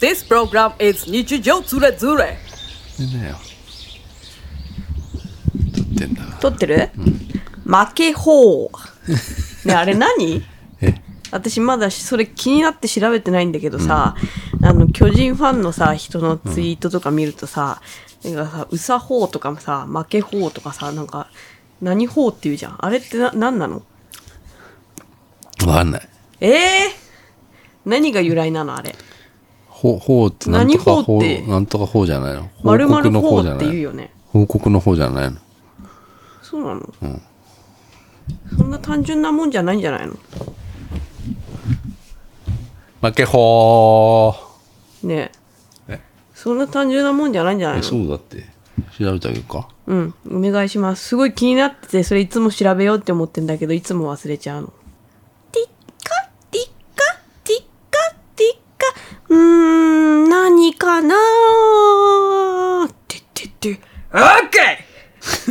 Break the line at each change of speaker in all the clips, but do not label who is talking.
This program is 日常ズレズレ
寝なよ撮ってんだ
撮ってる、負け法 ねあれ何
え
私まだそれ気になって調べてないんだけどさ、あの巨人ファンのさ人のツイートとか見るとさ、なんかさうさ法とかもさ負け法とかさなんか何法っていうじゃんあれってな何なの
わかんない
ええ何が由来なのあれ
ほほうってなんと
何
か
ほ
ほ
うって
うなんとかほうじゃないの報
丸
告
々
の
法
ほうじゃ
っ
な
て
い
言う
の
よね
報告のほうじゃないの
そうなの、
ん
そんな単純なもんじゃないんじゃないの
負けほー
ねえ
え
そんな単純なもんじゃないんじゃない
え
の
そうだって調べてあげるか
うん、お願いします。すごい気になってて、それいつも調べようって思ってんだけど、いつも忘れちゃうの。ティッカ、ティッカ、ティッカ、ティッカ、うーん、何かなーてってって、オッケ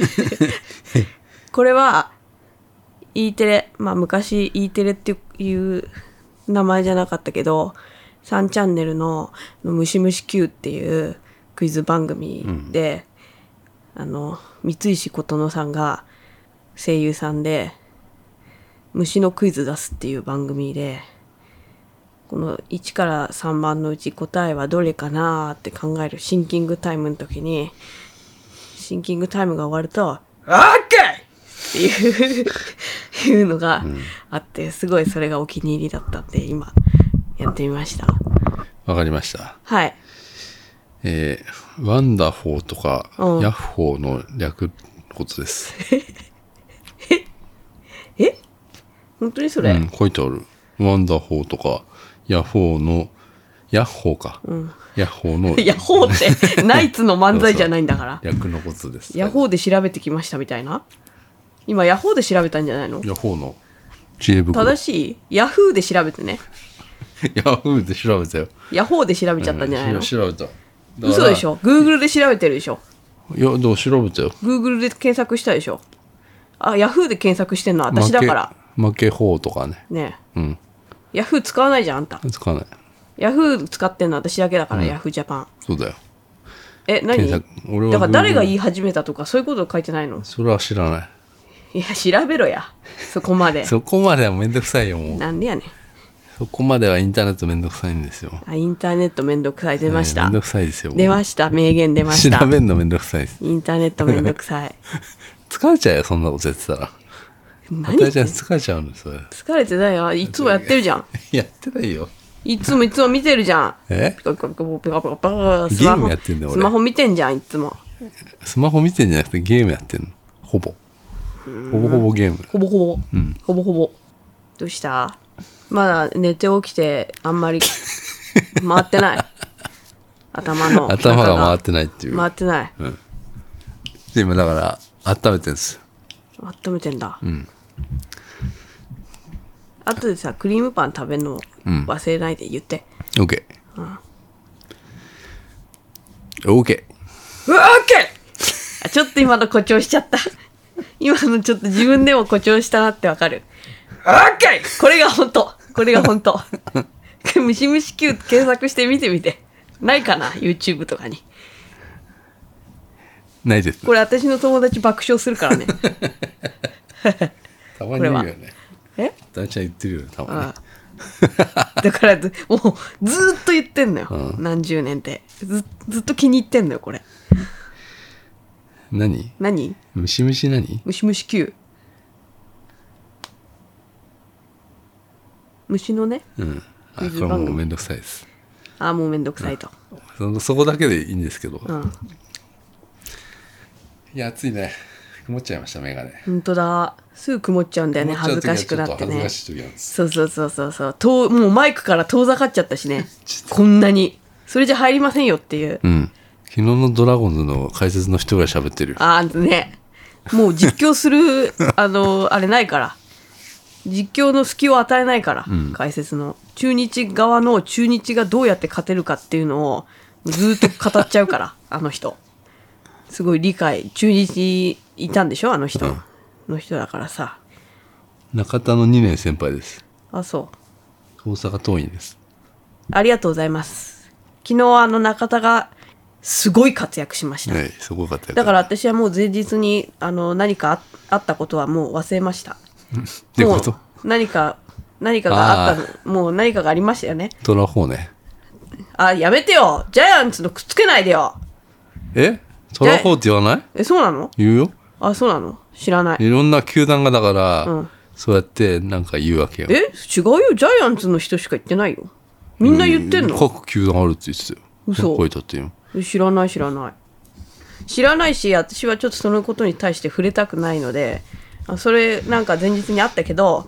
ー これは、E テレ、まあ昔 E テレっていう名前じゃなかったけど、3チャンネルのムシムシ Q っていうクイズ番組で、あの、三石琴乃さんが声優さんで、虫のクイズ出すっていう番組で、この1から3番のうち答えはどれかなーって考えるシンキングタイムの時に、シンキングタイムが終わると、オッケーっていう、いうのがあって、すごいそれがお気に入りだったんで、今、やってみました。
わかりました
はい。
えー、ワンダフォーとか、
うん
ヤッホーの略ことです。
本当にそうれ、
ん、書いてある。ワンダフォーとか、ヤッホーの、ヤッホーか。ヤッ ホーの
いや、ほうって、ナイツの漫才じゃないんだから。
略のことです。
ヤホーで調べてきましたみたいな今ヤホーで調べたんじゃないの
ヤッホーの知恵袋。
正しいヤフーで調べてね
ヤフーで調べたよ。
ヤホーで調べちゃったんじゃないの、
うん調べた。だから
嘘でしょ Google で調べてるでしょ
いや、でも調べたよ。
Google で検索したでしょあヤフーで検索してんの私だから
負け。負けほうとかね。
ね
うん。
えヤフー使わないじゃんあんた
つかない。
ヤフー使ってんの私だけだから、ヤフージャパン
そうだよ。
え何
検索俺は
だから
Google
誰が言い始めたとかそういうこと書いてないの
それは知らな
い
い
や調べろやそこまで
そこまではめんどくさいよ、もう。
なんでやねん
そこまではインターネットめんどくさいんですよ。
あインターネットめんどくさい出まし
えー
た、
めんどくさいですよ。
出ました名言出ました
調べんのめんどくさいです。
インターネットめんどく さい。
疲れちゃうよ、そんなことやってたら。
何
私は疲れちゃうんです。それ
疲れてないよ。いつもやってるじゃん。
やってないよ。
いつもいつも見てるじゃん。
え
ピカピカピカピカピカピカスマホ
ゲームやってんだよ
ス
俺
マホ見てんじゃん、いつも。
スマホ見てんじゃなくてゲームやってんの。ほぼ。ほぼほぼゲーム。
ほぼほぼ。ほぼほぼ。どうしたまだ寝て起きて、あんま り回ってない。頭の中。
頭が回ってないっていう。
回ってない。
で今だから、温めてんですよ。
温めてんだ。あとでさ、クリームパン食べるの忘れないで言って。
OK。OK。
うわ、オッケーあちょっと今の誇張しちゃった。 今のちょっと自分でも誇張したなってわかる。オッケーこれが本当。これが本当。 ムシムシ Q 検索して見てみて。ないかな ?YouTube とかに。
ないです。
これ私の友達爆笑する からね。
たまに言うよ
こ
ね。
え
大ちゃん言ってるよね、たまに
あ。あだからず、もうずーっと言ってんのよ。何十年って。ずずっと気に入ってんのよ、これ。
何
何
ムシムシ何
ムシムシ Q。虫のね。
うん。あ、こ
水
れ
番
も
組
うめんどくさいです。
ああ、もうめんどくさいと。
そのそこだけでいいんですけど。
うん。
いや、暑いね。曇っちゃいました、メガネ。
本当だ。すぐ曇っちゃうんだよね。
曇
恥
っ
ず
ちゃう
か
時
しくな
は
って
ちょっと恥ず
ね
か。しい時なんです。
そうそうそうそうそう。ともうマイクから遠ざかっちゃったし ね。こんなに。それじゃ入りませんよっていう。
うん。昨日のドラゴンズの解説の人が喋ってるよ。
ああ、ね。もう実況す る、あの、あれないから。実況の隙を与えないから、解説の。中日側の中日がどうやって勝てるかっていうのをずーっと語っちゃう から、あの人。すごい理解。中日にいたんでしょあの人。の人だからさ。
中田の2年先輩です。
あ、そう。
大阪桐蔭です。
ありがとうございます。昨日あの中田がすごい活躍しました。
ね、すごかったよ
だから私はもう前日にあの何かああったことはもう忘れました。
てこと
もう何か、何かがあったの、もう何かがありましたよね。
ドラフォーね。
あ、やめてよジャイアンツのくっつけないでよ
えトラフォーって言わない
え、そうなの
言うよ。
あ、そうなの知らない。
いろんな球団がだから、
うん
そうやってなんか言うわけよ。
え違うよジャイアンツの人しか言ってないよ。みんな言ってんの、
各球団あるって言ってたよ。
嘘
こういったってよ。
知らない知らない知らないし私はちょっとそのことに対して触れたくないのであそれなんか前日にあったけど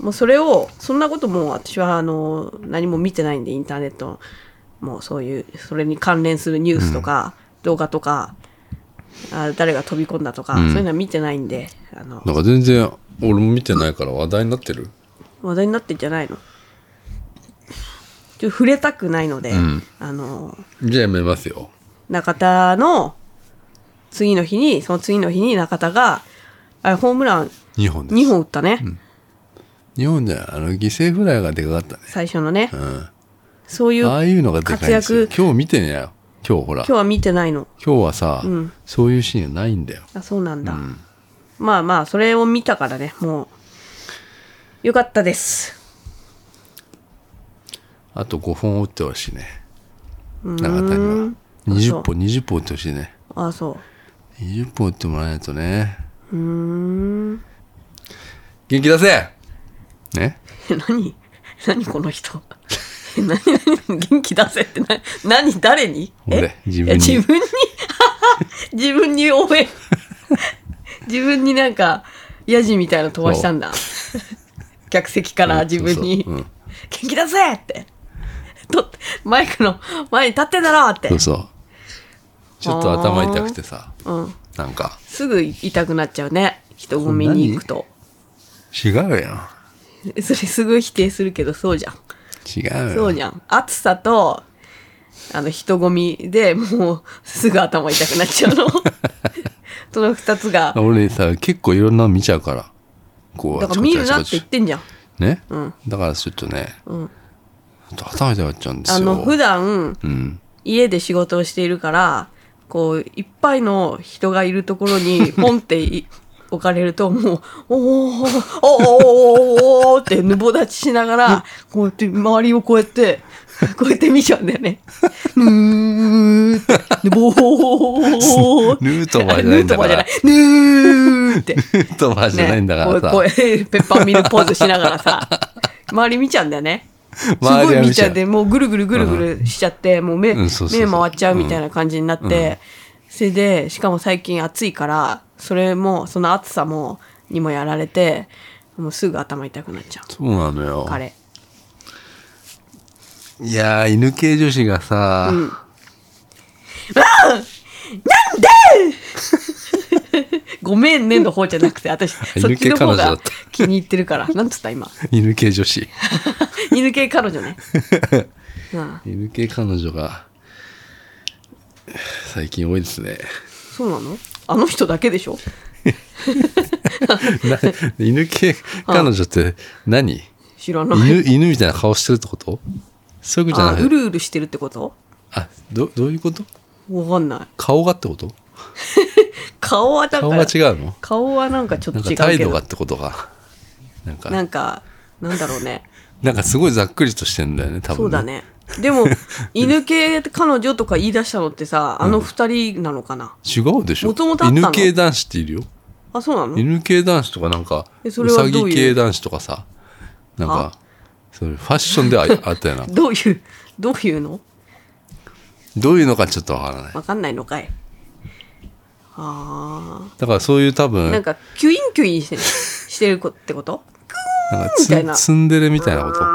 もうそれをそんなこともう私はあの何も見てないんでインターネットもうそういうそれに関連するニュースとか、動画とかあ誰が飛び込んだとか、そういうのは見てないんであの
なんか全然俺も見てないから話題になってる。
話題になってんじゃないのちょっと触れたくないので、あの
じゃあやめますよ。
中田の次の日に、その次の日に中田が、あれホームラン
2本です。
2本打ったね。
日本じゃ、あの、犠牲フライがでかかったね。
最初のね。
うん。
そういう、
ああいうのがでかいんですよ。
活
今日見てねよ。今日ほら。
今日
今日
は見てないの。
はさ、
ん
そういうシーンがないんだよ。
あ、そうなんだ。まあまあ、それを見たからね、もう、よかったです。
あと5本打ってほしいね。中田には。20本、20本打ってほしいね。
あ、そう。
20本打ってもらわないとね。元気出せね
え何何この人え何何元気出せってな何誰に
俺
え
自分に
え自分に 自分に応援自分になんかヤジみたいなの飛ばしたんだ客席から自分に「
うんそうそううん
元気出せ!」ってとマイクの前に立ってんだろって
そうそう。ちょっと頭痛くてさ、
うん、
なんか、
すぐ痛くなっちゃうね人混みに行くと
違うよ。
えそれすごい否定するけどそうじゃん
違うよ。
そうじゃん。暑さと、あの、人混みでもう、すぐ頭痛くなっちゃ うの。その二つが。
俺さ、結構いろんなの見ちゃうから。こう、
だから見るなって言ってんじゃん。
ね、だからちょっとね、頭痛くなっちゃうんです
あ
よ。
の、普段、
うん。
家で仕事をしているから、こう、いっぱいの人がいるところ に、ポンってい置かれると、もう、おーおーおーおーおーおーって、ぬぼ立ちしながら、こうやって、周りをこうやって、こうやって見ちゃうんだよね。 ぬーって、ぬぼーって
ヌートバーじ
ヌ
ゃな
ー
いん
トバ
だか
ーじゃな
ら
い。。ヌーって。
ヌート バーじゃないんだから
ねこう
さ。
こうペッパーミルポーズしながらさ、周り見ちゃうんだよね。す
周りは
ご
見ちゃう
い見ちゃって、もうぐるぐるぐるぐるしちゃって、もう目、
うんそうそうそう
目回っちゃうみたいな感じになって、それで、しかも最近暑いから、それも、その暑さも、にもやられて、もうすぐ頭痛くなっちゃ
そうなのよ
う。。彼。
いやー、犬系女子がさ、
ごめんねの方じゃなくて、 私、そっちの方が気に入ってるから。なんつった今。
犬系女子。
犬系彼女 ね。うん
犬系彼女が、最近多いですね。
そうなのあの人だけでしょ
な 犬系彼女って何
知らない。
犬、犬みたいな顔してるってことそういうことじゃ
あう
ない
るうるしてるってこと
あ、ど、どういうこと
わかんない
顔がってこと
顔はだか
顔
ら
が違うの
顔はなんかちょっと
なんか
違うけど
態度がってことか。なんか、
なんかなんだろうね
なんかすごいざっくりとしてんだよね、 多分、
そうだ。ねで も犬系彼女とか言い出したのってさあの二人なのかな、
違うでしょ
元々あったの
犬系男子っているよ。
あそうなの
犬系男子とかなんか、
え
う
それは
さ
どういう
ぎ系男子とかさ、なんか、それファッションではああっ たよな。
どういうどういうの
どういうのかちょっとわからない。
わかんないのかいあ
だからそういう多
ー
分、
な
なんんか
かキュインキュインしてるしてる子ってことみ
ツ
たいな
ンツンデレみたいなこと。だ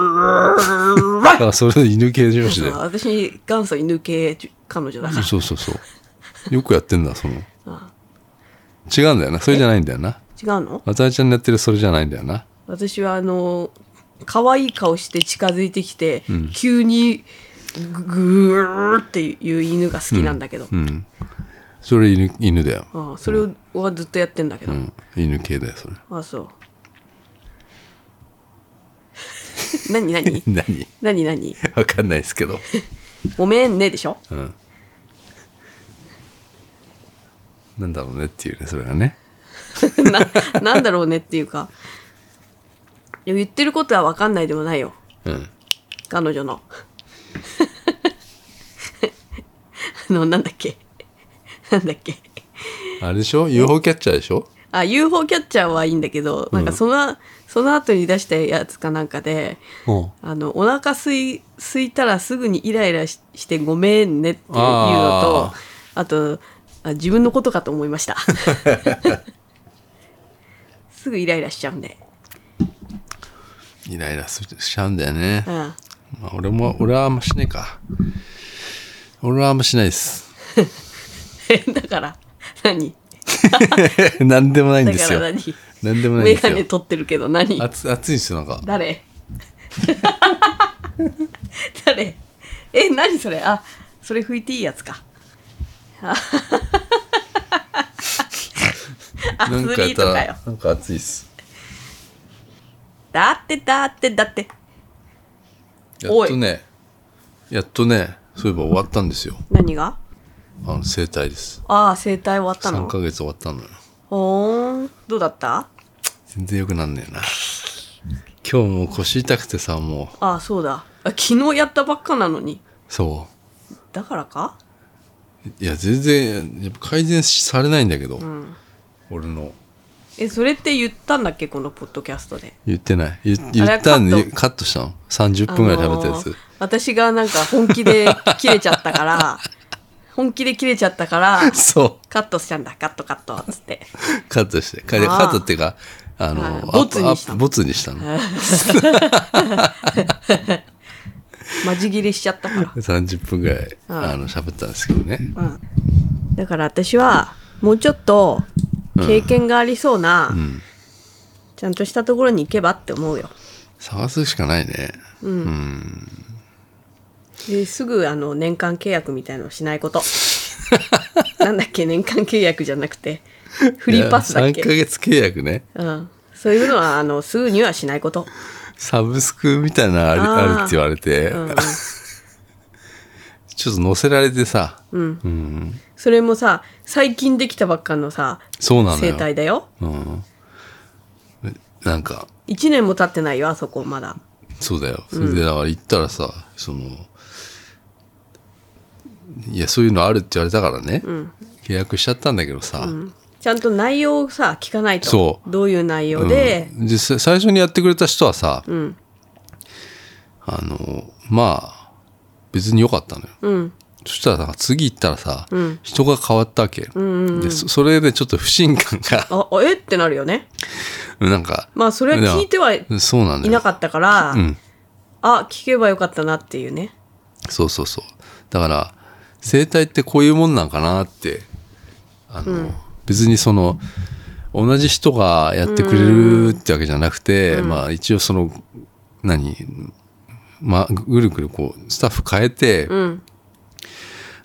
からそれで犬系上司
そう
で。
私元祖犬系彼女だから
そうそうそう。よくやってんだ、その。違うんだよな。それじゃないんだよな。
違うの
渡辺ちゃんのやってるそれじゃないんだよな。
私はあの可愛い顔して近づいてきて、急にぐぐーっていう犬が好きなんだけど、
うん。それ犬犬だよ。
ああそれを、はずっとやってんだけど、
うん。犬系だよ、それ。
ああそう何何
何
何何
わかんないですけど。
ごめんねでしょ
うん。なんだろうねっていうね、それがね。
ななんだろうねっていうかいや言ってることは分かんないでもないよ
うん。
彼女の あのなんだっけなんだっけ
あれでしょ ?UFO キャッチャーでしょ
あ UFO キャッチャーはいいんだけどなんかその、その後に出したやつかなんかで
うん。
あのお腹すいすいたらすぐにイライラししてごめんねっていうのと
あ
あとあ自分のことかと思いま したすぐイライラしちゃうんで、
イライラするしちゃうんだよね
う。 ん、
まあ、俺も、俺はあんましねえか。俺はあんましないです。
だから何
なんでもないん
だ
で
か
す
ら
よ。
何
なんでもない
メ
んです
ガネ
よ。
取ってるけど何
熱熱いんですよ、なんか。
誰 誰え何それあそれ拭いていいやつかアス
なんか
リートかよ
なんか熱いっす。
だってだってだって
やっとね、やっとね、そういえば終わったんですよ。
何が
あの、生体です。
ああ整体終わった
3
の
ヶ月終わったのよ。
ほーんどうだった
全然良くなんねえな。今日もう腰痛くてさ、も
ああそうだあ昨日やったばっかなのに
う、そ
だからか
う。いや、全然、やっぱ改善されないんだけど、
うん
俺の。
えそれって言ったんだっけこのポッドキャストで
言ってない。言言ったん
あ
で、
れ
カットしたの。30分ぐらい食べたや
あの
つ
ー。私がなんか本気で切れちゃったから本気で切れちゃったから
そ
カットしたんだカットカットっつって
う。カットして。カ
あー
ットっていうか、あのー、
はい
アップ
ボツにしたの
アップボツにしたの。
マジ切れしちゃったか
30分ぐらい、
はい
あの、喋ったんですけどね。
ら、うん、だから私はもうちょっと経験がありそうな、
ん
ちゃんとしたところに行けばって思うよ
探すしかないね。
ですぐあの年間契約みたいのをしない ことなんだっけ年間契約じゃなくてフリーパスだっ
3ヶ
け、
月契約ね。
うん、そういうのはあのすぐにはしないこと
サブスクみたいなのある
あー
あるって言われて、
うんうん
ちょっと載せられてさ、
それもさ最近できたばっかのさ
そうなの
生
よ。
態だよ
うん。なんか、
1年も経ってないよあそこまだ
そうだよ。それで、だから行ったらさ、その、いや、そういうのあるって言われたからね、契約しちゃったんだけどさ、
ちゃんと内容をさ聞かないと
そ
どういう内容で、
うん実際最初にやってくれた人はさ、
ん
あの、まあ、別に良かったのよ。
うん
そしたらさ、次行ったらさ、
ん
人が変わったわけ、でそ。それでちょっと不信感が、
ああえってなるよね
なんか、
まあそれは聞いてはい
そうなんだよ。
なかったから、
うん。
あ聞けばよかったなっていうね
そうそうそう。だから、生態ってこういうもんなんかなって、あの、別にその、同じ人がやってくれるってわけじゃなくて、まあ一応その、何、まあ、ぐるぐるこう、スタッフ変えて、
うん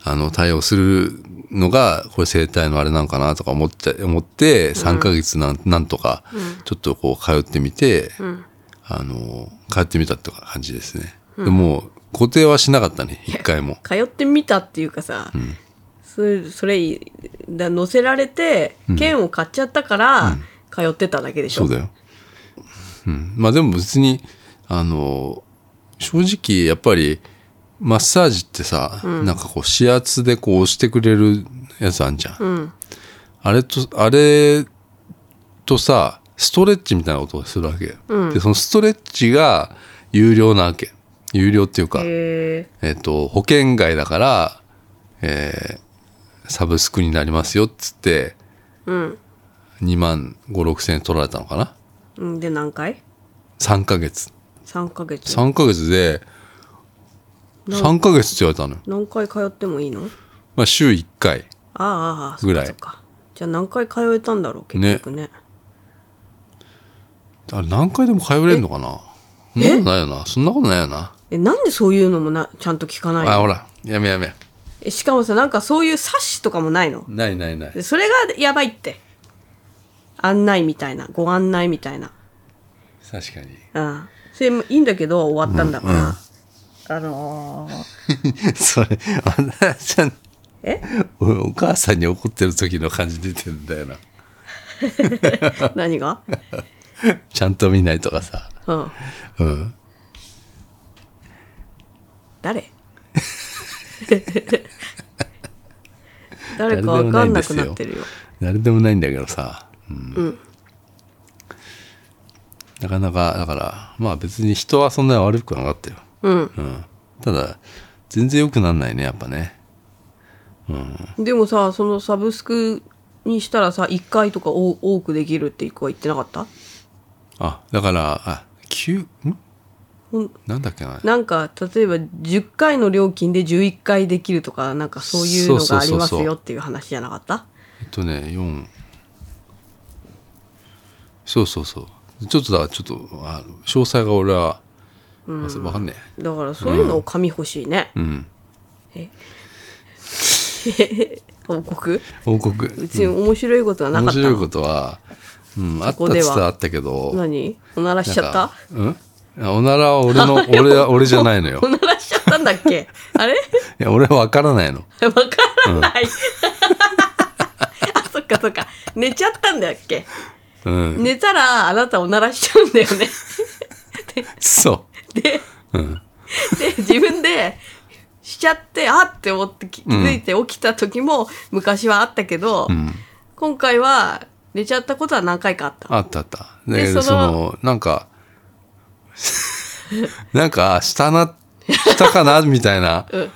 あの、対応するのが、これ生態のあれなんかなとか思って、思って、3ヶ月なん、なんとか、ちょっとこう通ってみて、
ん
あの、通ってみたって感じですね。でも、固定はしなかったね、一回も。
通ってみたっていうかさ、それそれいいだ乗せられて券を買っちゃったから通ってただけでしょ、
そうだよ。うん。まあでも別に、あの、正直やっぱり、マッサージってさ、なんかこう、指圧でこう押してくれるやつあんじゃん。
ん
あれと、あれとさ、ストレッチみたいなことをするわけよ、で、そのストレッチが有料なわけ。有料っていうか、
へ
えっ、と、保険外だから、えーサブスクになりますよっつって、
ーうん
2万5、6千円取られたのかな
うんで何回
?3 ヶ月。
3ヶ月
3ヶ月で、
なん
3ヶ月って言われたのよ。
何回通ってもいいの
まあ、週1回。
ああああそ
ぐ
っ
ら
か
い
そっかじゃあ何回通えたんだろう結局ね
あれ、何回でも通えれるのかなそんなことないよな。そんなことないよな。
えなんでそういうのもなちゃんと聞かない
あ、ほ
の
ら。やめやめ。
えしかもさなんかそういう冊子とかもないの
ないないない
で。それがやばいって案内みたいなご案内みたいな
確かに。
うんそれもいいんだけど終わったんだから、あのー、
それ、あんなちゃん、
え
おお母さんに怒ってる時の感じ出てんだよな。
何が
ちゃんと見ないとかさ。
うん。
うん。
誰誰かわかんなくなってるよ。
誰でもないんだけどさ。うん。なかなか、だから、まあ別に人はそんなに悪くなかったよ。
うん。
うん。ただ、全然良くなんないね、やっぱね。
でもさ、そのサブスクにしたらさ、1回とかお多くできるって一個は言ってなかった
あ、だから、あ、9、ん
ほん
なんだっけな。
なんか、例えば10回の料金で11回できるとか、なんかそういうのがあります
そうそうそうそ
よ
う
っていう話じゃなかった
えっとね、4。そうそうそう。ちょっとだ、ちょっと、あの詳細が俺は、わかんね
だからそういうのを紙欲しいね。
え。うん。
報告
報告。
うちに面白いことはなか
面
った
白い
の。
ことは、うん、あっ
こ
たっ
では
つったらあったけど、
何おならしちゃった
なんかうんおならは俺 の、俺は、俺じゃないのよ
お。ならしちゃったんだっ けあれ
いや、俺はわからないの。
わからない。 あ、そっかそっか。寝ちゃったんだっけ
うん。
寝たらあなたおならしちゃうんだよね。
そ
で、
う。うん。
で、自分で、しちゃって、あって思って気気づいて起きた時も昔はあったけど、
うん。
今回は寝ちゃったことは何回かあった。
あったあった。だ
で
けど、
そ
そ
の
の、なんか、 なんか、したな、したかな、みたいな。
うん。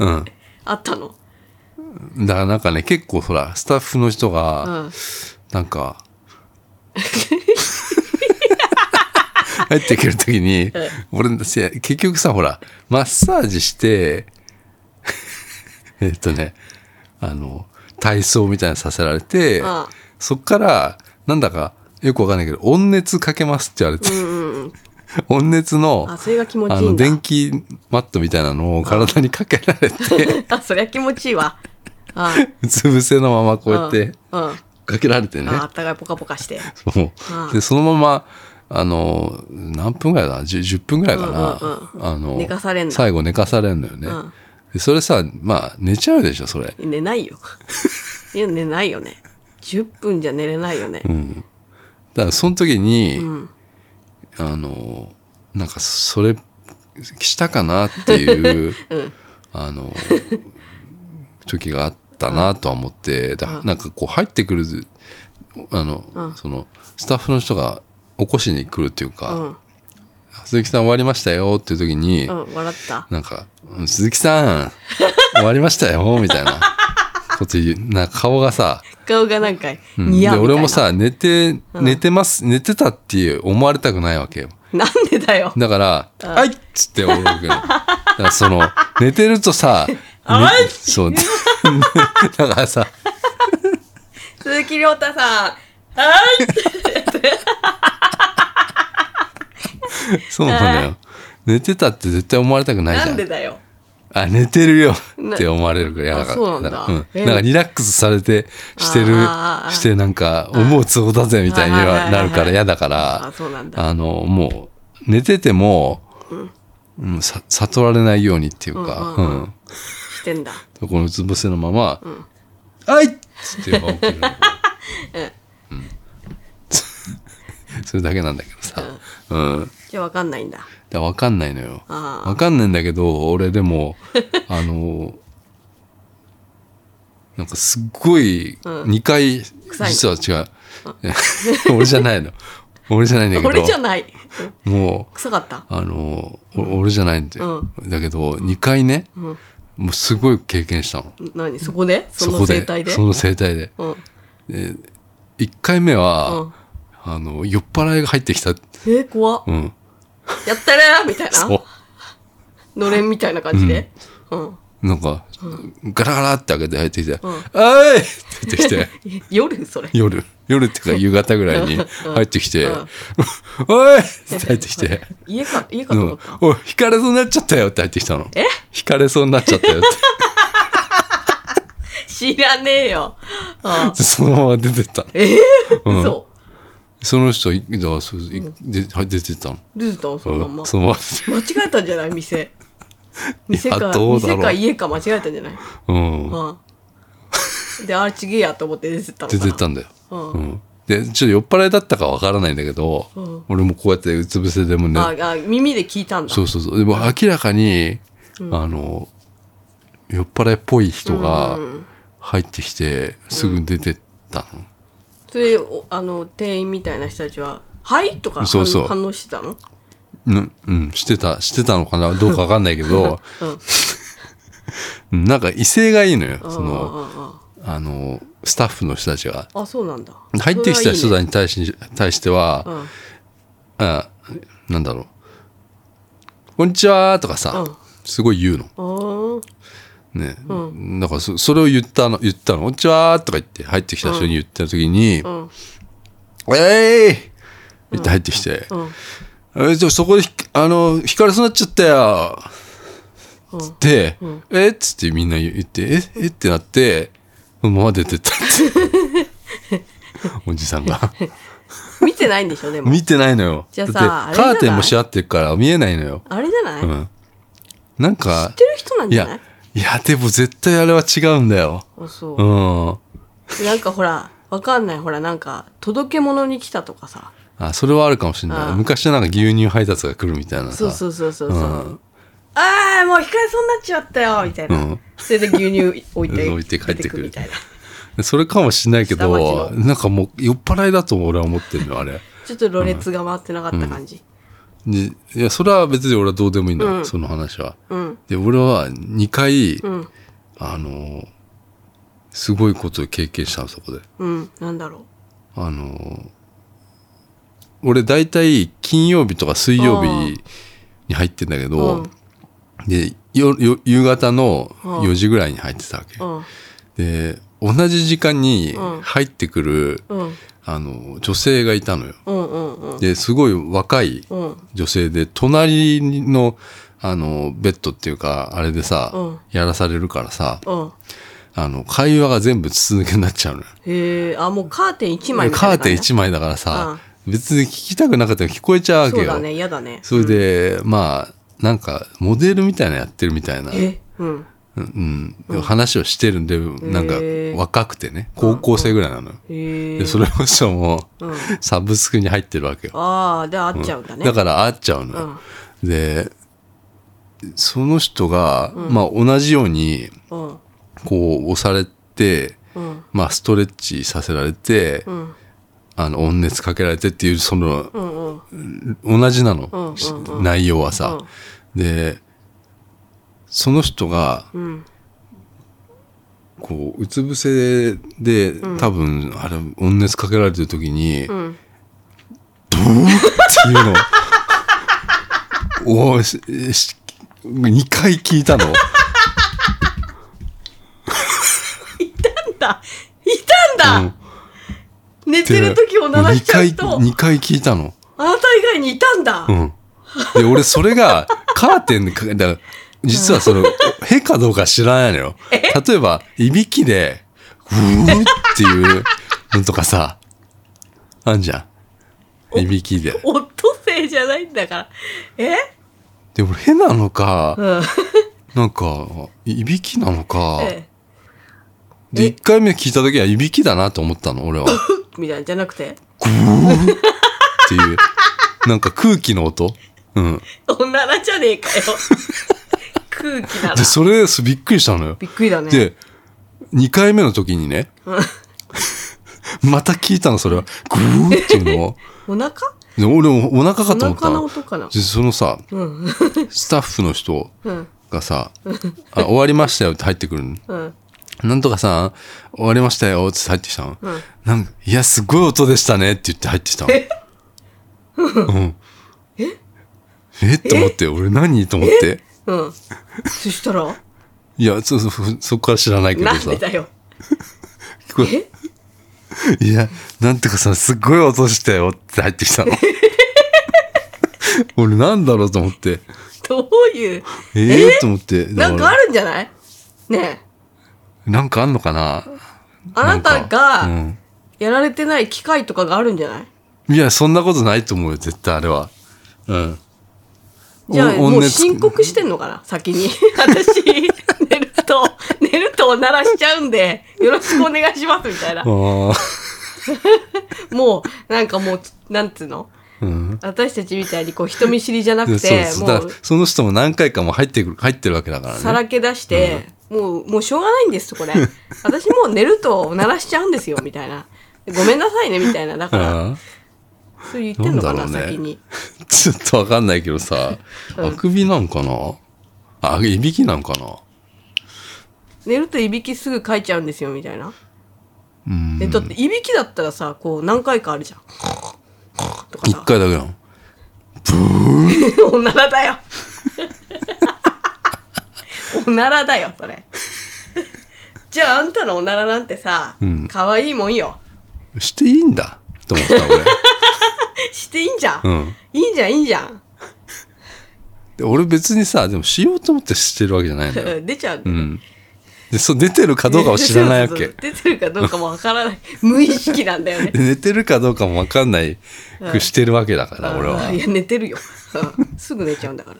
うん。
あったの。
だからなんかね、結構ほら、スタッフの人
う
が、
ん。
なんか、入ってくるときに、俺、せ結局さ、ほら、マッサージして、 えっとね、あの、体操みたいなのさせられて、
ああ
そっから、なんだか、よくわかんないけど、温熱かけますって言われて、温熱の、
あ、それが気持ち
あ
いい
の、
んだ。
電気マットみたいなのを体にかけら れて、
あ、そりゃ気持ちいいわ。あ
うつ伏せのままこうやって、
うん。うん
かけられてね
あ。あったかいポカポカして。
そう
ああ
で、そのまま、あの、何分ぐらいだな 10, 10分ぐらいかな、
う
あの、
寝かされんの
最後寝かされんのよね、
うん
でそれさ、まあ、寝ちゃうでしょ、それ。
寝ないよ。いや、寝ないよね。10分じゃ寝れないよね。
うん。だから、その時に、
ん
あの、なんか、それ、したかなっていう、
うん
あの、時があったなとは思って、だなんかこう入ってくる、あの、その、スタッフの人が起こしに来るっていうか、
うん。
鈴木さん終わりましたよっていう時に、
うん、笑った。
なんか、うん鈴木さん、 終わりましたよ、みたいなこと言う。なんか顔がさ、
顔がなんか、
う
似合
ん
う
で
みたいな。
俺も、さ、寝て、寝てます、寝てたって思われたくないわけよ。
なんでだよ。
だから、はいっつって驚 くの。だからその、寝てるとさ、
あ
ね そう。だからさ、
鈴木亮太さん。はい。
そうなのよ。寝てたって絶対思われたくないじ
な
ゃ
ん
ん。
でだよ。
あ、寝てるよ
な
って思われるから嫌だ
あ
から。
そうなんだ
から
え
なんかリラックスされて、してる
あーあーあー、
してなんか、思うツボだぜみたいに
あーはいはいは
はいなるから嫌だか
あ、
ら、
そうなんだ。
あの、もう、寝てても、うんさ悟られないようにっていうか、
うんうんう
うん
してんだ。
このうつ伏せのまま、あいっつって 起きるの。うん それだけなんだけどさ。うん。だか
じゃあわかんないんだ。
らわかんないのよ。
ああ。
わかんないんだけど、俺 でも、あの、なんかすっごい、
うん
2回、
い
実は違う。 俺じゃないの。俺じゃないんだけど。
俺じゃない。 うん
もう、
臭かった。
あの、お俺じゃないんだよ。だけど、2回ね、
ん
もうすごい経験したの。
何そこでそ
そ
の
こ
生
で
態で。
その生態で。
うん。
1回目
う
は
ん、。
あの、酔っ払いが入ってきた。
え、怖っ
うん。
やったれーみたい
そう
な。。のれんみたいな感じで。うん。
なんか、ガラガラって開けて入ってきて、
ん
おいって言ってきて。
え夜それ。
夜夜っていうか夕方ぐらいに入ってきて
うんうん
「おい!」って入ってきて
家か、家
「
か
う
と
ん
思った。
おい引かれそうになっちゃったよ」って入ってきたの「引かれそうになっちゃったよ」 っ
知らねえよ。あ
てそのまま出てったの
あ、
うん
嘘。
その人いだからそういで出てったの
ルートンそのまんま。
そのまま
間違えたんじゃない店。店
いや
か
どうだろう
店か家か間違えたんじゃない、
うん。
うん、であれちげえやと思って出てったのか
出
な
てったんだよ。
うん
うん。で、ちょっと酔っ払いだったかわからないんだけど、
ん
俺もこうやってうつ伏せでもね、
ああ耳で聞いたんだ
そうそうそう。でも明らかに、あの、酔っ払いっぽい人が入ってきて、すぐ出てったの。
それおあの店員みたいな人たちは「はい?」とか反
そうそう
反応してたの
うん、うん、してた、してたのかなどうかわかんないけど、 なんか威勢がいいのよ。その、
あ
あの、スタッフの人たちが。
あそうなんだ
入ってきた人
それはいいね
に対し、対しては、
うん
あなんだろう。こんにちはとかさ、
うん
すごい言うの。
あー
ね。だからそ、それを言ったの、言ったの。こんにちはとか言って、入ってきた人に言った時に、
ん
えいって入ってきて、
うん
えー、じゃあそこでひ、あの、引かれそうになっちゃったよ。つって、えっつってみんな言って、ええってなって、そのまま 出てったって。おじさんが。
見てないんでしょ でも
見てないのよ。
じゃあさ
だっ
あれ
て
じゃな
カ
い
ーテンもし合ってるから見えないのよ。
あれじゃない、
う
知っ
ん。なんか、
てる人なん
い
じゃない
や、いや、でも絶対あれは違うんだよ。
あそう、
うん。
なんかほらわかんないほらなんか届け物に来たとかさ
あ、それはあるかもしれな
う
い。
ん
昔はなんか牛乳配達が来るみたいなさ。
そうそうそうそうそう、
うん
ああもう控えそうになっちゃったよみたいな、
うん
それで牛乳置いて
置いて帰ってくる
出みたいな
それかもしれないけ
下町
ど、なんかもう酔っ払いだと俺は思ってるの、あれ。
ちょっとろれつが回ってなかった感じ
でいや、それは別に俺はどうでもいいんだよ、その話は。
うん
で、俺は2回、
うん
あの、すごいことを経験したの、そこで。
うん、なんだろ
あの、俺大体金曜日とか水曜日に入ってんだけ
う
ど、
うん
で、よよ夕方の
うん
4時ぐらいに入ってたわけ。
うん
で、同じ時間に
うん
入ってくる、
うん
あの、女性がいたのよ。
うんうんうん
で、すごい若い
うん
女性で、隣の、あの、ベッドっていうか、あれでさ、
うん
やらされるからさ、
うん
あの、会話が全部筒抜けになっちゃうのよ。
へえあもうカーテン一枚みたい
カ
な
ー
感
テン
じ
1枚だからさ、別に聞きたくなかったら聞こえちゃうわけ
そ
よ。
うだね嫌だね
それで、まあ、なんか、モデルみたいなのやってるみたいな、
えうん
うん、うん話をしてるんで、なんか
へー、
若くてね、高校生ぐらいなのよ。
へえ
で、それも人も、
うん
サブスクに入ってるわけよ。
ああで会っちゃうんだね
だから会っちゃうのよ。で、その人が、まあ同じように、
うん
こう押されて、
うん
まあストレッチさせられて、
ん
あの、温熱かけられてっていう、その、
うんうん
同じなの、
うんうん
し内容はさ、で、その人が、
うん
こう、うつ伏せで、多分、あれ、温熱かけられてる時に、
ん
ドーンっていうのを、おーしし、2回聞いたの。
なんだいたんだ、寝てる時おならしちゃう
2
と
回、2回聞いたの。
あなた以外にいたんだ、
うん。で、俺、それが、カーテンでかけ、だから実はその、へかどうか知らないのよ。例えば、いびきで、うーっていうのとかさ、あんじゃん。いびきで。
オットセイじゃないんだからえ
で、俺、へなのか、
うん
なんか、いびきなのか、
ええ
で、1回目聞いた時は、いびきだなと思ったの、俺は。っ
みたいなんじゃなくて
ていう、なんか空気の音。うん。
おならじゃねえ かよ空気なら
で、それ、びっくりしたのよ。
びっくりだね
で、2回目の時にね、また聞いたの、それは。グーっていうのを。
お腹
で俺、お腹か
お
と思った
腹の
の。
音かな
で、そのさ、
うん
スタッフの人
うん
がさ、あ終わりましたよって入ってくるの。
うん
なんとかさん、終わりましたよって入ってきたの。
うん
なんか、いや、すごい音でしたねって言って入ってきたの。
え
うん。ええと思って、俺何と思って。
うんそしたら
いや、そ、そ、そっから知らないけど
なん
さ
で。だよ
これ いや、なんとかさ、すっごい音したよって入ってき たの。俺なんだろうと思って。
どういう
ええと思って。
なんかあ
る
るんじゃないねえ
なんかあんのかな
あなた
んか
がやられてない機械とかがあるんじゃない
うんいや、そんなことないと思うよ、絶対あれは。うん。
じゃあ
お
もう
音熱
申告してんのかな先に私寝ると寝るとおならしちゃうんでよろしくお願いしますみたいな
ああ、
もうなんかもうなんつうの
うん。
私たちみたいにこう人見知りじゃな
そう
くて
そう。
も
だか
う
らその人も何回かも入ってくる、入ってるわけだからね。
さらけ出して、もうもうしょうがないんですこ れ私もう寝るとおならしちゃうんですよみたいなごめんなさいねみたいなだから
ああ
そう言ってんのかな
なんだろうね
先に
ちょっとわかんないけどさ、
うん
あくびなんかなあ、いびきなんかな
寝るといびきすぐかいちゃうんですよみたいな
うん。
えだっていびきだったらさこう何回かあるじゃんとか
一
さ
回だけなの。
おならだよ おならだよそれ じゃああんたのおならなんてさ
うん
可愛、いいもんよ
していいんだと思った
していいんじゃん、
俺。うん。
いいんじゃんいいんじゃん
で俺別にさ、でもしようと思ってしてるわけじゃないのよ。
出ちゃう、
うん。で、そう、出てるかどうかを知らない わ
そう
け
そう。そう出てるかどうかもわからない 無意識なんだよね
で寝てるかどうかもわかんないくしてるわけ だから、俺は。
いや寝てるようんすぐ寝ちゃうんだから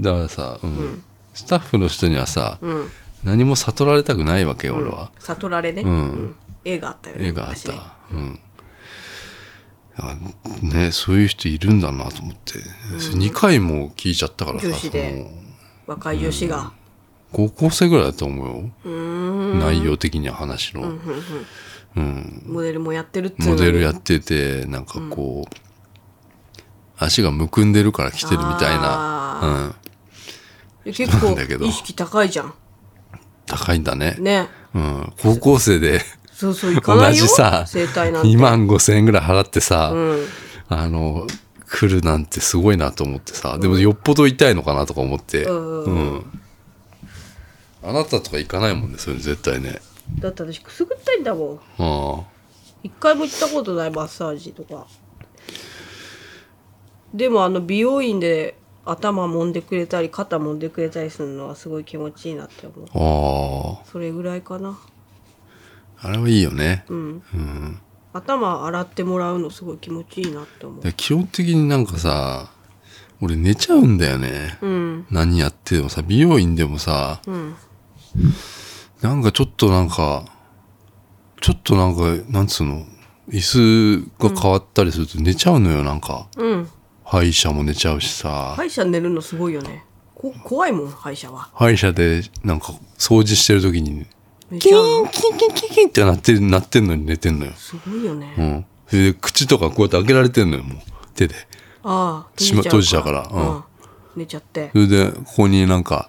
だからさ、うんスタッフの人にはさ、
うん
何も悟られたくないわけよ俺は、
悟られね、
うん
映画あったよね
絵があっ
昔ね
た、うんあねそういう人いるんだなと思って、2回も聞いちゃったからさ
女子で
その
若い女子が、
高校生ぐらいだと思うよ、
うーん
内容的には話の、うん
モデルもやってるっつうの
モ
に
デルやっててなんかこう、足がむくんでるから来てるみたいな、うん、
結
な
構
んだけど
意識高いじゃん
高いんだね
ね
うん、高校生で
そうそう行かな
同
いよ
じさ、
整体なんて
2万5千円ぐらい払ってさ、
うん
あの、来るなんてすごいなと思ってさ、でもよっぽど痛いのかなとか思って、
うん
うんあなたとか行かないもんね、それ絶対ね。
だって私くすぐったいんだもん
ああ。
一回も行ったことないマッサージとかでもあの美容院で頭揉んでくれたり肩揉んでくれたりするのはすごい気持ちいいなって思う
あ
それぐらいかな
あ。あれはいいよね。
うん
うん。
頭洗ってもらうのすごい気持ちいいなって思う
で基本的になんかさ、俺寝ちゃうんだよね。
うん
何やってもさ、美容院でもさ、
うん
なんかちょっとなんか、ちょっとなんか、なんつうの、椅子が変わったりすると寝ちゃうのよ、なんか。
うん
歯医者も寝ちゃうしさ、
歯医者寝るのすごいよねこ怖いもん歯医者は
歯医者でなんか掃除してる時に、
めち
キ
ゃ
ーン、キンキンキンキンってなってる、なってんのに寝てんのよ。
すごいよね、
うん。それで口とかこうやって開けられてんのよ、もう。手で。
ああ
しま閉じちゃうからうん
寝ちゃって
それで、ここになんか、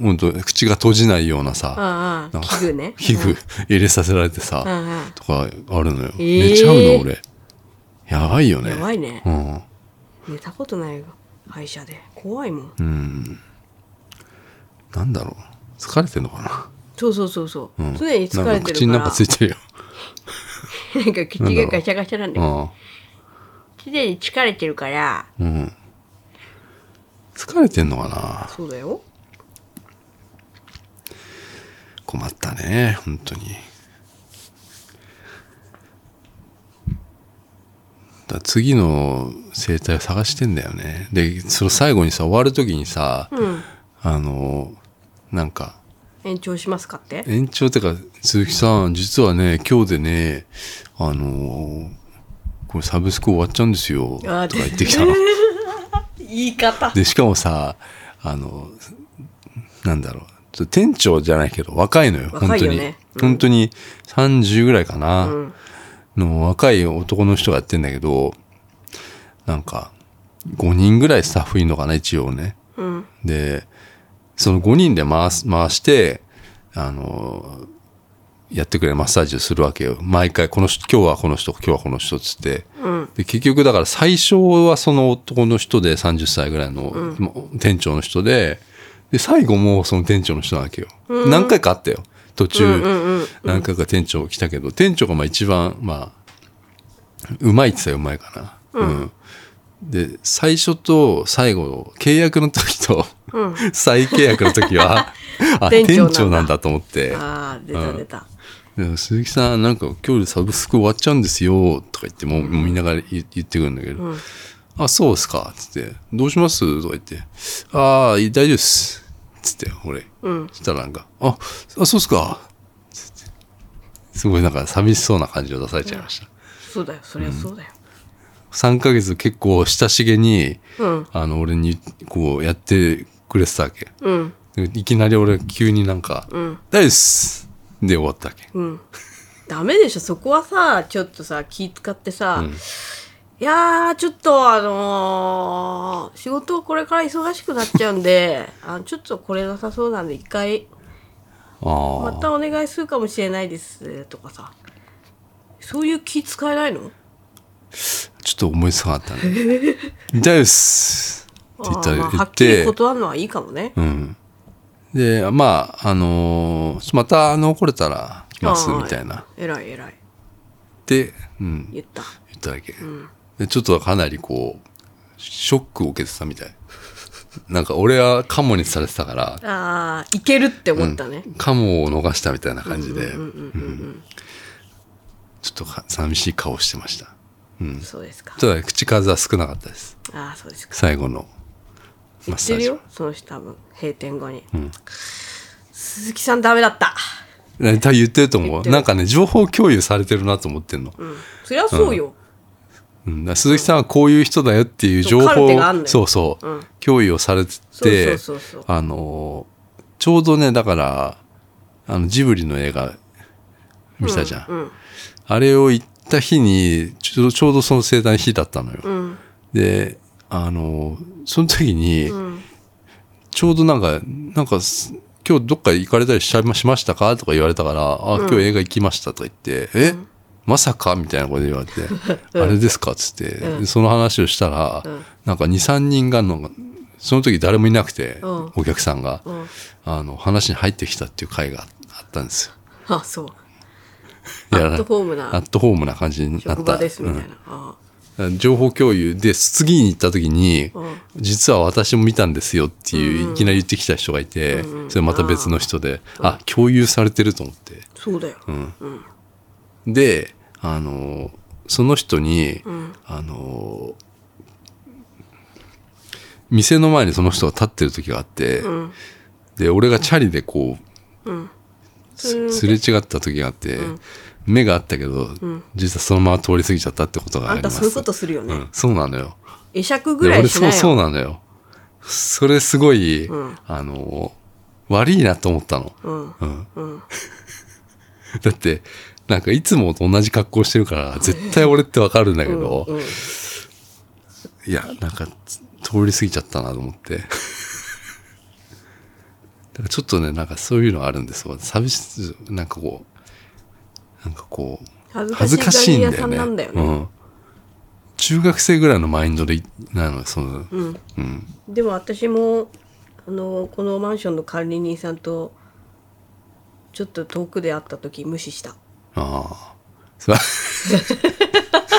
ほんと、口が閉じないような
うんう
さ、
ん
なんか
器具 ね
器具入れさせられて
う
さ、
んうん
とかあるのよ。
えー
寝ちゃうの、俺。やばいよね。
やばいね
うん。
寝たことないよ歯医者で怖いもん
うん。なんだろう。疲れてんのか
そうそうそうそう、
な。うん。
常に疲
な
れ
んか
て
口
る
に
か
な
ら
んかついてるよ。
なんか口がガシャガシャなんだよ
あ
常に疲れてるから
あ、うん。疲れてんのかな
そうだよ
困ったね、本当に。だから次の生態を探してんだよね。で、その最後にさ、終わるときにさ、
うん
あの、なんか、
延長しますかって
延長ってか、鈴木さん、実はね、今日でね、あの、これサブスク終わっちゃうんですよ、と
あ
か
ー
言って きたの。
言い方
で、しかもさ、あの、なんだろう。ちょっと店長じゃないけど、若いのよ。
若
本
い
当
よ
に。
ね
本当に30ぐらいかな、
うん
の若い男の人がやってんだけど、なんか、5人ぐらいスタッフいるのかな、一応ね。
うん
で、その5人で回す、回して、あの、やってくれるマッサージをするわけよ。毎回、この人、今日はこの人、今日はこの人っつって。
うん
で結局だから最初はその男の人で30歳ぐらいの、ま店長の人でで最後もその店長の人なわけよ、何回かあったよ途中、何回か店長来たけど店長がまあ一番まあうまいって言ったらうまいかな、うんで最初と最後契約の時と、 再契約の時 はあ
店長
店
なんだ
長なんだと思って
ああ出た出た
で鈴木さん、なんか今日でサブスク終わっちゃうんですよ、とか言って、もうもうみんなが言言ってくるんだけど、あ、そうっすか。つって、どうしますとか言って、ああ、い大丈夫っす。つって、俺。そしたらなんか、あ、あそうっすか。つって。すごいなんか寂しそうな感じを出されちゃいました。
そうだよそりゃそうだよ、
3ヶ月結構親しげに、
うん
あの、俺にこうやってくれてたわけ。
うん
でいきなり俺急になんか、
ん
大丈夫っす。で終わったわけ。
うんダメでしょそこはさちょっとさ気使ってさ、いやーちょっとあのー仕事これから忙しくなっちゃうんであちょっとこれなさそうなんで一回
あ
ま
あ。
たお願いするかもしれないですとかさそういう気使えないの
ちょっと思いつかなかったね。大丈夫っす。って言った
あーまあ
言
は
っ
っき
て
り断るのはいいかもね、
うん。で、まあ、あのーまた、あの、来れたら来ます、みたいな。
えらいえらい
で、うん、言
言った
っただけ。で、ちょっとかなりこう、ショックを受けてたみたい。なんか俺はカモにされてたから、
あーいけるって思ったね、
カモを逃したみたいな感じで、うんちょっとか寂しい顔してました。
そうですか
ただ、口数は少なかったです。
ああそうですか
最後の
言っ
マッ
て
サー
る
ジは
よ。その人多分閉店後に、鈴木さんダメだった
ね多分言ってると思
言っ
う。
てる
なんかね、情報共有されてるなと思ってんの。
そりゃそうよ、
うん、だから鈴木さんはこういう人だよっていう情
カ
報
ルテがあんのよ
そうそう、
うん
共有をされてて
そうそうそうそう
あのーちょうどねだからあのジブリの映画見たじゃん、
うん
あれを行った日にちょうどちょうどその生誕の日だったのよ、
うん
であのーその時に、
ん
ちょうどなんかなんかす今日どっか行かれたりしちゃいましましたかとか言われたから、あ、今日映画行きましたとか言って、えまさかみたいなこと言われて、あれですかっつって、でその話をしたら、なんか2、3人がの、その時誰もいなくて、
うん
お客さんが、
うん
あの、話に入ってきたっていう回があったんですよ。
あそう
いや
アットホームな
アットホームな感じになった。
職場ですみたいな、
うん
あ
情報共有で次に行った時に、
うん
実は私も見たんですよっていう、いきなり言ってきた人がいて、
うんうん
それまた別の人で、あ共有されてると思って
あそうだよ、
であのその人に、
ん
あの店の前にその人が立ってる時があって、
ん
で俺がチャリでこう
それ
すれ違った時があって、目があったけど、実はそのまま通り過ぎちゃったってことがあ
あ
り
んた
ます
そういうことするよね、
うん、そうなのよ
会釈
い
ぐ
や
ら
俺
いし
そ
な
う
い
そう
よ
なのよそれすごい、あの悪いなと思ったの、
うん
うん だってなんかいつもと同じ格好してるから絶対俺ってわかるんだけど、
うん
いやなんかつ通り過ぎちゃったなと思って だからちょっとねなんかそういうのあるんですわ寂しいなんかこうなんかこう恥
恥
ず
ず
か
か
し
し
い
い
ん
がり屋さ
だよ
ん
ね
なんだよ
う
ね
ん、中学生ぐらいのマインドでいなのその、
うん
うん、
でも私もあのこのマンションの管理人さんとちょっと遠くで会った時無視した
ああ。そ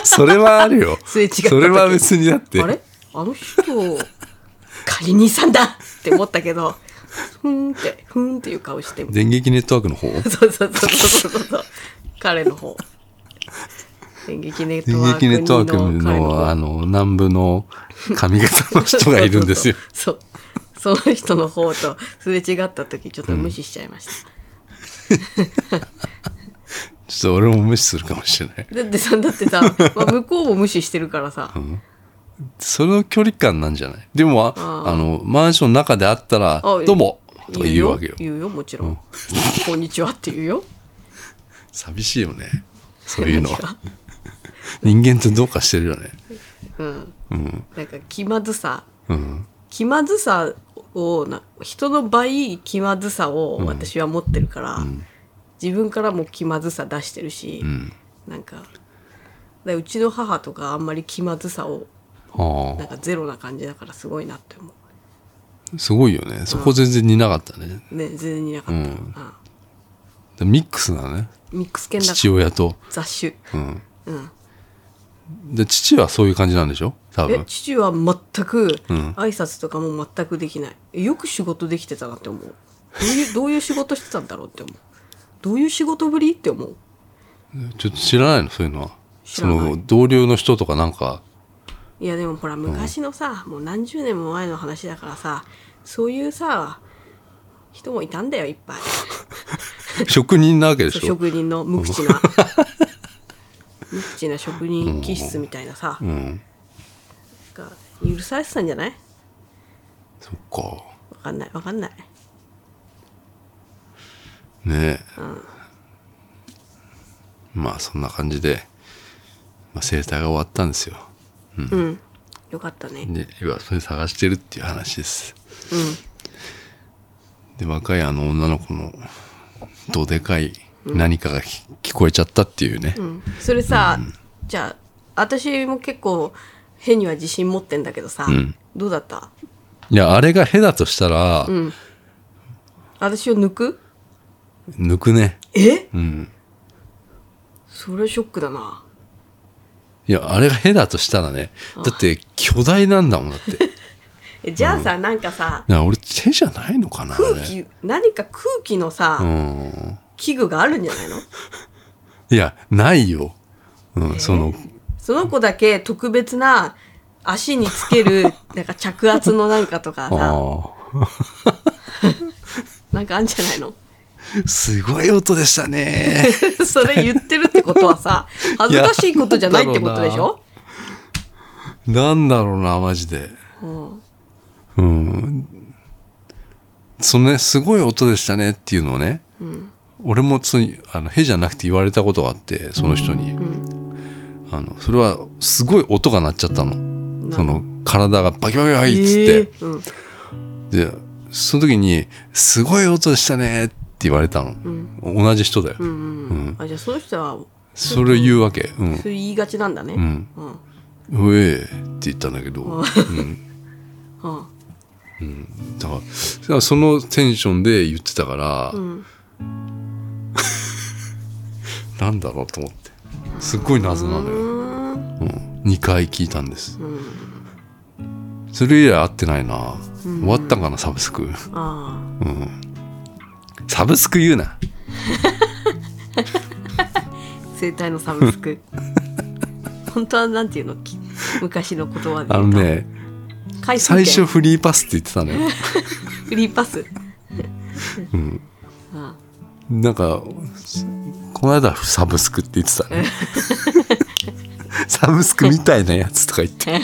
それはあるよ。
すれ違った時
それは別にだって。
あれあの人仮にさんだって思ったけどふーんってふーんっていう顔して
電撃ネットワー クの方
そうそうそうそうそうそう彼の方電撃ネット
電
ワーク
撃ネットワーク
の彼
の、あ
方
の、南部の髪型の人がいるん ですよ。
そうそうその人の方とすれ違った時ちょっと無視しちゃいました、
ちょっと俺も無視するかもしれない。
だってさだってさ、まあ、向こうも無視してるからさ、
その距離感なんじゃないでも、あ
あ
あの、マンションの中で会ったら、
あ
どうもとか言うわけよ。
言うよもちろん、こんにちはって言うよ
寂しいよね。そういうのは。人間ってどうかしてるよね。
うん
うん。
なんか気まずさ
うん。
気まずさをな人の倍気まずさを私は持ってるから、自分からも気まずさ出してるし、
うん。
なんかでうちの母とかあんまり気まずさを
は
なんかゼロな感じだからすごいなって思
あ。すごいよね。そこ全然似なかったね。
うね全然いなかった、
うん
あ
でミックスなのね
ミックス犬だか
父
ら
親と、
雑種
うん、
うん
で父はそういう感じなんでしょ多
え
分
父は全く
ん
挨拶とかも全くできない、えよく仕事できてたなって思うどういう どういう仕事してたんだろうって思うどういう仕事ぶりって思う
ちょっと知らないのそういうのは
知
そ
らない
の同僚の人とかなんか
いやでもほら昔のさ、もう何十年も前の話だからさそういうさ人もいたんだよいっぱい
職人なわけで
そう
しょ。
職人の無 口な無口な職人気質みたいなさ、
うん。
が許されてたんじゃない
そっか。
わかんないわかんない
ねえ、まあそんな感じで、まあ、生態が終わったんですよ
うんよかったね
で今それ探してるっていう話です、で若いあの女の子のどでかい何かがき聞こえちゃったっていうね、
それさ、じゃあ私も結構変には自信持ってんだけどさ、
ん
どうだった
いやあれがヘだとしたら、
ん私を抜く
抜くね
え
うん
それショックだない
やあれがヘだとしたらねだって巨大なんだもんだってだか
えじゃあさ、なんかさ
ら俺手じゃないのかなあれ
空気何か空気のさ、
うん
器具があるんじゃないの
いやないよ、うん、その
その子だけ特別な足につけ るなんか着圧のなんかとかさ
ああ
なんかあるんじゃないの
すごい音でしたね。
それ言ってるってことはさ恥ずかしいことじゃないってことでしょ
なんだろうな、マジで。
うん
うん。そのね、すごい音でしたねっていうのをね、俺もつい、あの、へじゃなくて言われたことがあって、その人に。あの、それは、すごい音が鳴っちゃったの。その、体がバキバキバキっつって。
えーうん
で、その時に、すごい音でしたねって言われたの。同じ人だよ。
うんうんうんあじゃあその人は
それを言うわけ。うん。
そう言いがちなんだね。
うん。
うん。うん。
うえーって言ったんだけど、うん、
あ
だからだからそのテンションで言ってたから、
ん
なんだろうと思ってすっごい謎なのよ、うん、2回聞いたんです、それ以来会ってないな、終わったかなサブスク
あ
サブスク言うな
ー。生体のサブス ク。本当はなんていうのき昔の言葉で言うと。
あのね
回数券
最初フリーパスって言ってたのよ
フリーパス。
なんかこの間サブスクって言ってたねサブスクみたいなやつとか言って